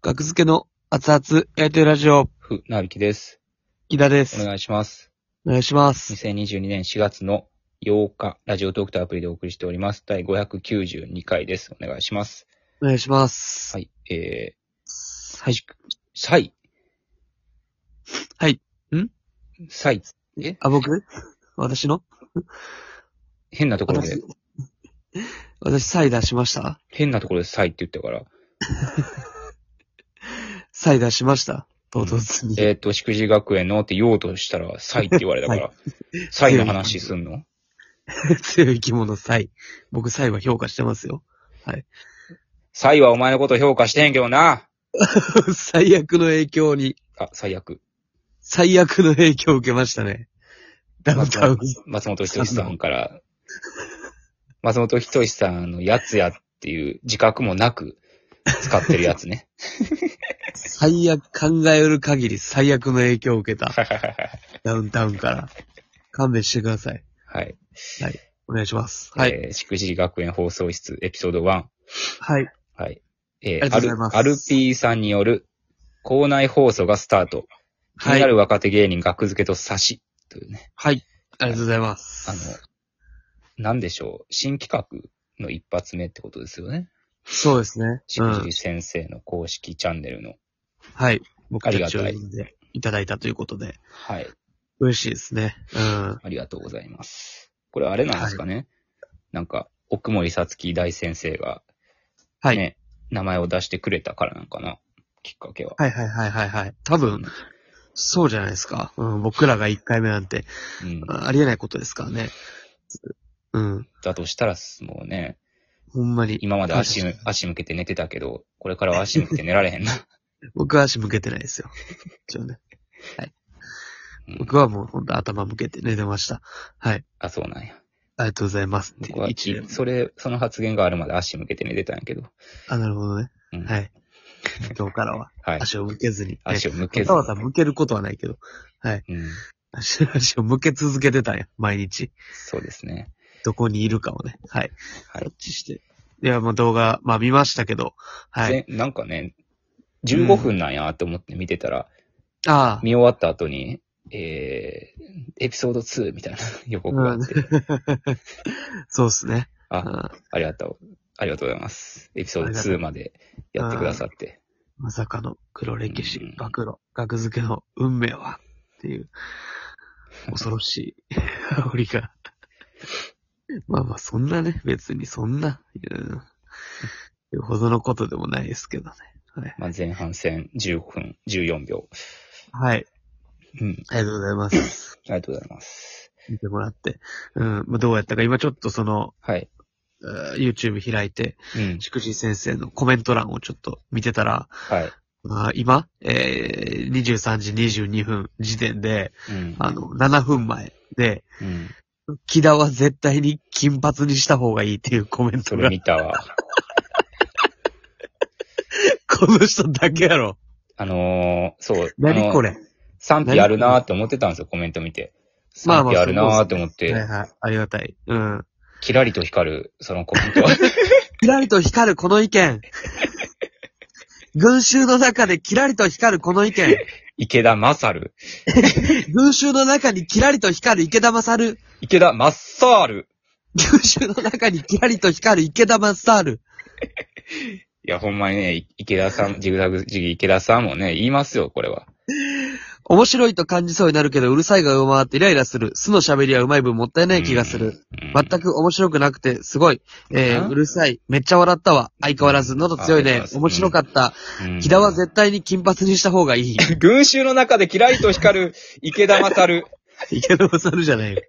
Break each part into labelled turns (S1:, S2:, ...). S1: 格付けの熱々焼いてるラジオ、
S2: ふ、なびきです。
S1: 木田で
S2: お
S1: す。
S2: 願いします。
S1: お願いします。
S2: 2022年4月の8日、ラジオトークというアプリでお送りしております。第592回です。お願いします。
S1: お願いします。
S2: はい。えー、
S1: はい。
S2: サイ。
S1: はい。
S2: んサイ。え
S1: あ、僕私の
S2: 変なところで
S1: 私、、私サイダーしました
S2: 変なところでサイって言ったから。
S1: サイダーしました唐突に。
S2: えっ、と、しくじり学園のって言おうとしたら、サイって言われ たから。サイの話すんの
S1: 強い生き物サイ。僕サイは評価してますよ。
S2: サイはお前のこと評価してへんけどな。
S1: 最悪の影響に、
S2: あ、最悪。
S1: 最悪の影響を受けましたね。ダウンタウン。
S2: 松本人志さんから、松本人志さんのやつやっていう自覚もなく使ってるや つね。
S1: 最悪、考える限り最悪の影響を受け た。ダウンタウンから。勘弁してください。
S2: はい。
S1: お願いします。はい。
S2: えーしくじり学園放送室エピソード1。
S1: はい。
S2: はい。
S1: あ
S2: え
S1: りがとうございます
S2: アルアルピーさんによる校内放送がスタート。気
S1: は
S2: に
S1: い。
S2: な
S1: あり
S2: る若手芸人学付けと差し。というね。
S1: がとうございます。
S2: あの、なんでしょう。新企画の一発目ってことですよね。
S1: そうですね。
S2: し
S1: う
S2: くじ
S1: ん
S2: り。先生の公式チャンネルの。
S1: はい。僕
S2: あ
S1: た
S2: りが
S1: ち
S2: た
S1: を
S2: い
S1: 呼んでいただいたということで。
S2: はい。
S1: 嬉しいですね。うん。
S2: ありがとうございます。これあれなんですかね、なんか、奥森さつき大先生が、
S1: はい。
S2: ね、名前を出してくれたからなんかなきっかけは。
S1: はいはいはいはいはい。多分、そうじゃないですか。うん。僕らが1回目なんて、
S2: うん。
S1: あありえないことですからね。うん。
S2: だとしたらす、もうね、
S1: ほんまに。
S2: 今まで足
S1: はい、
S2: 足向けて寝てたけど、これからは足向けて寝られへんな。
S1: 僕は足向けてないですよ。一応ね。
S2: うん
S1: 僕はもうほんと頭向けて寝てました。はい。
S2: あ、そうなんや。
S1: ありがとうございます。
S2: 僕は、
S1: 一応
S2: それ、その発言があるまで足向けて寝てたんやけど。
S1: あ、なるほどね。
S2: うん
S1: はい。今日からは
S2: はい。
S1: 足を向けずに、ね。
S2: 足を向け
S1: わ
S2: ず
S1: ざ。わざ向けることはないけど、
S2: うん。
S1: 足足を向け続けてたんや、毎日。
S2: そうですね。
S1: どこにいるかをね。はい。
S2: はい
S1: タッチして。いや、まあ動画、まあ見ましたけど。はい。
S2: ぜなんかね、15分なんやと思って見てたら、
S1: ああ。
S2: 見終わった後に、えー、エピソード2みたいな 予告があって、
S1: そうっすね。う
S2: あ、
S1: ん
S2: ありがとう、ありがとうございます。エピソード2までやってくださって。
S1: まさかの黒歴史
S2: うん、
S1: 暴露、額付けの運命は、っていう、恐ろしい 煽りが。まあまあ、そんなね、別にそんな、うん、言うほどのことでもないですけどね。はい。
S2: まあ、前半戦15分14秒。
S1: はい。
S2: うん、
S1: ありがとうございます。
S2: ありがとうございます。
S1: 見てもらって。うん。まあ、どうやったか、今ちょっとその、
S2: はい。
S1: えー YouTube 開いて、
S2: うん、
S1: しくじり先生のコメント欄をちょっと見てたら、
S2: はい。
S1: まあ、今、えー、23時22分時点で、
S2: うん、
S1: あの、7分前で、
S2: うん、
S1: 木田は絶対に金髪にした方がいいっていうコメン
S2: そ
S1: ト
S2: れ
S1: が、
S2: 見 たわ。
S1: この人だけやろ。
S2: あのー、そう、あ
S1: 何
S2: の
S1: これ。
S2: 賛否あるなーって思ってたんですよ、コメント見て。
S1: まあま
S2: 賛
S1: あ
S2: 否あるなーって思っ
S1: はい
S2: て、
S1: はい。ありがたい。うん。
S2: キラリと光る、そのコメントは。
S1: キラリと光るこの意見。群衆の中でキラリと光るこの意見。
S2: 池田マサル。
S1: 群衆の中にキラリと光る池田勝る。
S2: 池田マッサール。
S1: 群衆の中にキラリと光る池田マスタール。
S2: いや、ほんまにね、い池田さん、ジグザグジギー池田さんもね、言いますよ、これは。
S1: 面白いと感じそうになるけど、うるさいが上回ってイライラする。素の喋りはうまい分もったいない気がする。
S2: うん。
S1: 全く面白くなくて、すごい。え
S2: う
S1: ー、
S2: ん
S1: うるさい。めっちゃ笑ったわ。相変わらず喉強い
S2: あり
S1: ね
S2: が。と
S1: 面
S2: うございます
S1: 白かった。
S2: うん
S1: 木田は絶対に金髪にした方がいい。
S2: 群衆の中でキラリと光る池田勝。
S1: 池田勝るじゃないよ。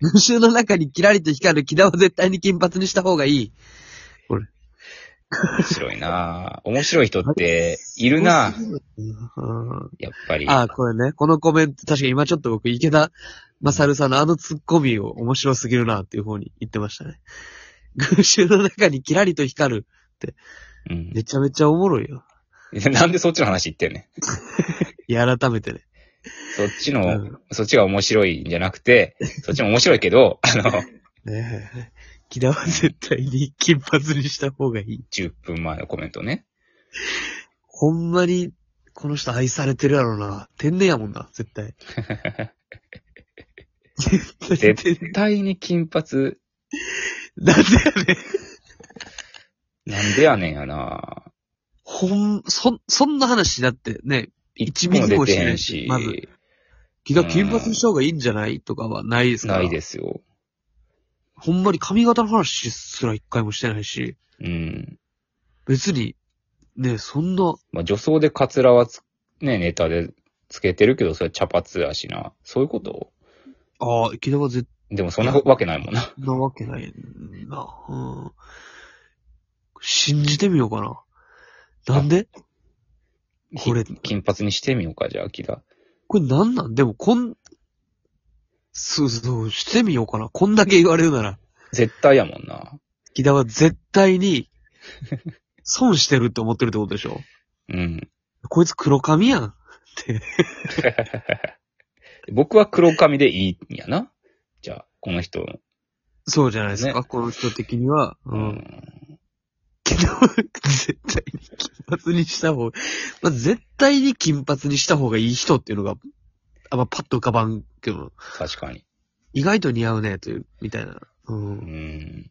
S1: 群衆の中にキラリと光る木田は絶対に金髪にした方がいい。
S2: 面白いなぁ。面白い人って、いるなぁ。
S1: うん
S2: やっぱり。
S1: ああ、これね。このコメント、確かに今ちょっと僕、池田勝さんのあのツッコミを面白すぎるなっていう方に言ってましたね。群衆の中にキラリと光る。
S2: うん
S1: めちゃめちゃおもろいよ。
S2: なんでそっちの話言ってんね
S1: いや、改めてね。
S2: ん。そっち
S1: う
S2: の、
S1: ん
S2: そっちが面白いんじゃなくて、そっちも面白いけど、あの、
S1: ねえ木田は絶対に金髪にした方がいい。
S2: 10分前のコメントね。
S1: ほんまに、この人愛されてるやろな。天然やもんな、絶対。絶対天然。
S2: 絶対に金髪、
S1: なんでやねん。
S2: なんでやねんやな
S1: ほん、そ、そんな話だってね、一ミリもしてないしまず気が金髪にした方がいいんじゃないとかはないですから。
S2: ないですよ。
S1: ほんまに髪型の話すら一回もしてないし、
S2: うん。
S1: 別に、ね、そんな、
S2: まあ、女装でカツラはつ、ね、ネタでつけてるけど、それは茶髪やしな。そういうこと
S1: ああ、木田は絶
S2: でもそんなわけないもんな。
S1: 対なわけないな。うん。信じてみようかな。なんで これ
S2: き金髪にしてみようか、じゃあ、秋田。
S1: これなんなんでもこん、そうそう、してみようかな。こんだけ言われるなら、
S2: 絶対やもんな。
S1: 木田は絶対に、損してるって思ってるってことでしょ
S2: うん。
S1: こいつ黒髪やん。って。
S2: 僕は黒髪でいいんやな。じゃあ、この人。
S1: そうじゃないですか、この人的には。
S2: う
S1: うん
S2: ん。
S1: けど、絶対に金髪にした方が、まあ、絶対に金髪にした方がいい人っていうのが、あんまパッと浮かばんけど、
S2: 確かに。
S1: 意外と似合うね、という、みたいな。う。
S2: うんん。い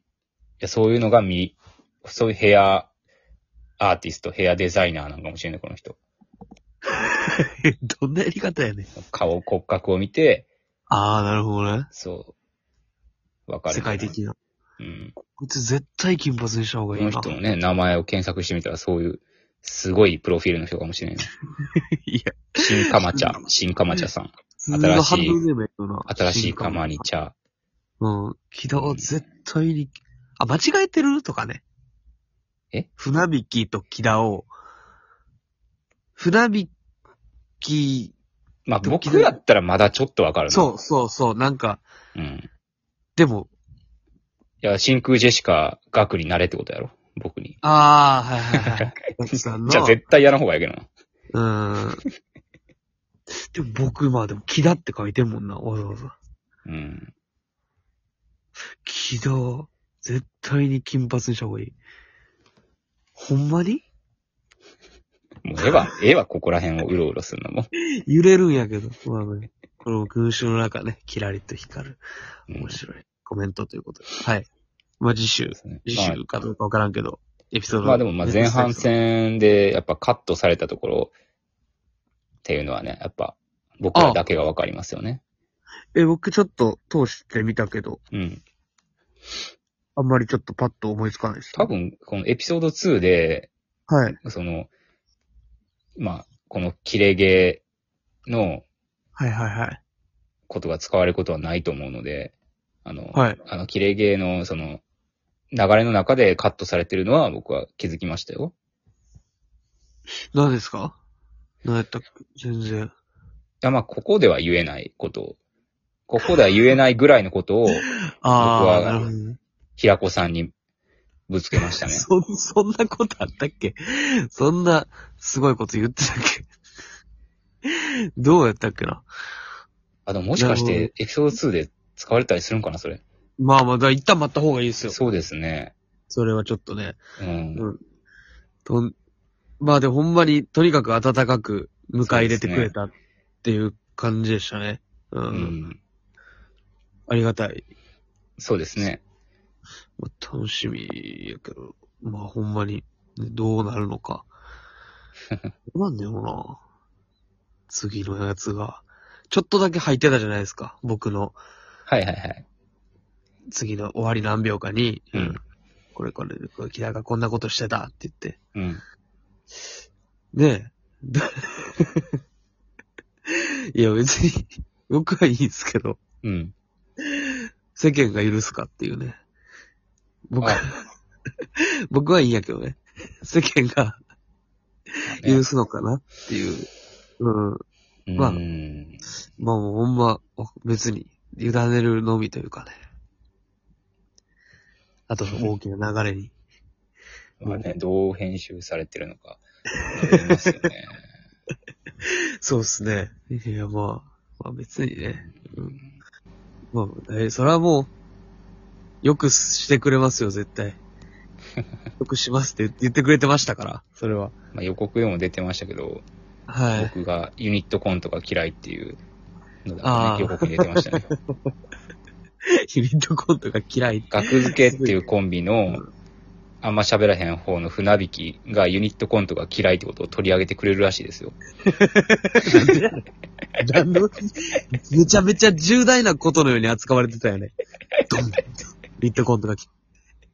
S2: や、そういうのが見、そういうヘアアーティスト、ヘアデザイナーなんかもしれない、この人。
S1: どんなやり方やねん。
S2: 顔、骨格を見て、
S1: ああ、なるほどね。
S2: そう。わかる。
S1: 世界。的な。
S2: うん。
S1: こいつ絶対金髪にした方
S2: こ
S1: がいい
S2: の
S1: な。
S2: 人のね、名前を検索してみたら、そういう、すごいプロフィールの人かもしれ ない。
S1: いや、
S2: 新かまちゃ、新かまちゃさん。
S1: 普通のハンドルネームやけどな。
S2: 新しいかまにちゃ。
S1: うん。木田は絶対に、あ、間違えてるとかね。
S2: え
S1: 船引きと木田を、船引き、
S2: まあ、僕だったらまだちょっとわかるな
S1: そうそうそう、なんか、
S2: うん。
S1: でも、
S2: いや、真空ジェシカ、学になれってことやろ。僕に。
S1: ああ、はいはいはい。奥さんの
S2: じゃあ絶対やらん方がいいけどな。
S1: うーん。でも僕、まあでも、木田って書いてんもんな、わざわざ。
S2: うん。
S1: 木田、絶対に金髪にした方がいい。ほんまに
S2: もう絵 は、絵はここら辺をうろうろするのも。
S1: 揺れるんやけど、まあね、この群衆の中ね、キラリと光る、
S2: うん
S1: 面白いコメントということで。はい。まあ次週、
S2: そうで
S1: 次
S2: すね
S1: 週かどうかわからんけど、エピソー
S2: まあ
S1: ド
S2: まあでも、まあ前半。戦でやっぱカットされたところっていうのはね、やっぱ僕らだけがわかりますよね。
S1: え、僕ちょっと通してみたけど、
S2: うん。
S1: あんまりちょっとパッと思いつかないです、
S2: 多分、このエピソード2で、
S1: はい。
S2: その、まあ、この切れ毛の
S1: はいはいはい。
S2: ことが使われることはないと思うので、あの、
S1: はい。
S2: あの、切れ毛の、その、流れの中でカットされてるのは僕は気づきましたよ。
S1: 何ですか何やったっけ全然。
S2: いや、まあ、ここでは言えないことを、ここでは言えないぐらいのことを、
S1: ああ、な
S2: 僕は
S1: るほどね。
S2: 平子さんにぶつけまし たね。
S1: そ、そんなことあったっけそんな、すごいこと言ってたっけどうやったっけな
S2: あ、でももしかし
S1: なる
S2: てエピソード2で使われたりするんかな、それ。
S1: まあまあ、だから一旦待った方がいいですよ。
S2: そうですね。
S1: それはちょっとね。
S2: うん。
S1: とんまあでもほんまに、とにかく暖かく迎え入れてくれたっていう感じでしたね。う。
S2: うんん。
S1: ありがたい。
S2: そうですね。
S1: まあ楽しみやけど、まあほんまに、ねどうなるの か。どうなんだよな。次のやつが。ちょっとだけ入ってたじゃないですか。僕の
S2: はいはいはい。
S1: 次の終わり何秒かに、
S2: うん
S1: これこれ、これ、キラがこんなことしてたって言って。
S2: うん。
S1: ねえ。 いや、別に、僕はいいですけど、
S2: うん。
S1: 世間が許すかっていうね。僕は
S2: あ、
S1: 僕はいいんやけどね。世間が許すのかなっていう。うん。
S2: ね
S1: まあ
S2: うん。
S1: まあもうほんま、別に、委ねるのみというかね。あと、大きな流れに。
S2: まあね、どう編集されてるのか。思いますよ ね。
S1: そうっすね。いや、まあ、まあ別にね。うん、 まあ、えそれはもう、よくしてくれますよ、絶対。得しますって言ってくれてましたから、それは。
S2: まあ、予告でも出てましたけど、
S1: はい。
S2: 僕がユニットコントが嫌いっていうの
S1: あー
S2: が、ね、予告に出てましたね。
S1: ユニットコントが嫌い。
S2: 学付けっていうコンビ
S1: う
S2: の
S1: ん、
S2: あんま喋らへん方の船引きがユニットコントが嫌いってことを取り上げてくれるらしいですよ。
S1: なんでめちゃめちゃ重大なことのように扱われてたよね。ドンリットコントが来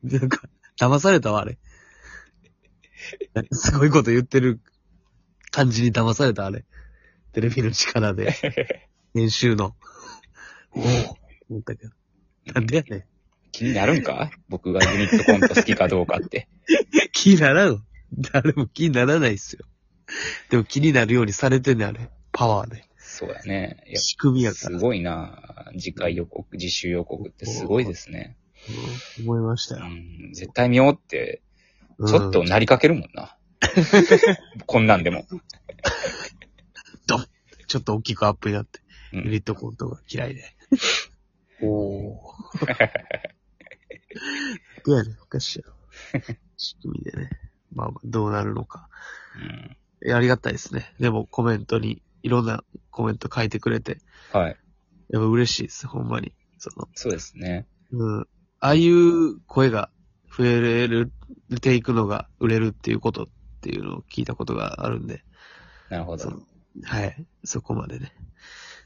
S1: なんか、騙されたわ、あれ。すごいこと言ってる感じに騙された、あれ。テレビの力で。編集の。おお思ったけど。なんでやねん。
S2: 気になるんか僕がユニットコント好きかどうかって。
S1: 気にならんわ。誰も気にならないっすよ。でも気になるようにされてんねん、あれ。パワーで。
S2: そうやね。いや
S1: 仕組みやか
S2: す
S1: ら。
S2: ごいな次回予告、自習予告ってすごいですね。
S1: うん思いました
S2: う
S1: よ。
S2: ん、絶対見ようって、
S1: うん
S2: ちょっとなりかけるもん な。こんなんでも。
S1: ちょっと大きくアップになって、
S2: う
S1: ユ
S2: ん
S1: ニットコントが嫌いで。お お。いやね、おかしいよ。仕組みでね。まあまあ、どうなるのか。
S2: うん
S1: いやありがたいですね。でもコメントに、いろんなコメント書いてくれて、
S2: はい。
S1: やっぱ嬉しいです、ほんまに。その、
S2: そうですね。
S1: うん。ああいう声が増える、出ていくのが売れるっていうことっていうのを聞いたことがあるんで、
S2: なるほ
S1: そ
S2: ど。
S1: の、はい。そこまでね、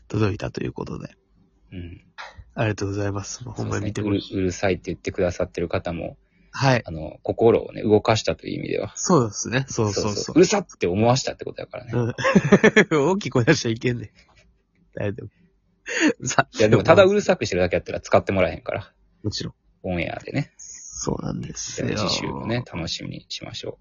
S1: 届いたということで。
S2: うん。
S1: ありがとうございます。ほんまに見て
S2: そう
S1: ほ
S2: で
S1: し
S2: す
S1: い。
S2: ねうるうるさいって言ってくださってる方も、
S1: はい。
S2: あの、心をね、動かしたという意味では。
S1: そうですね。そうそうそう
S2: う。るさって思わしたってことだからね。
S1: うん 大きい声出しちゃいけんねん。誰でも。さ
S2: いや、でもただ
S1: も
S2: うるさくしてるだけやったら使ってもらえへんから。
S1: もちろん。
S2: オンエアでね。
S1: そうなんですよ。
S2: 次週もね、楽しみにしましょ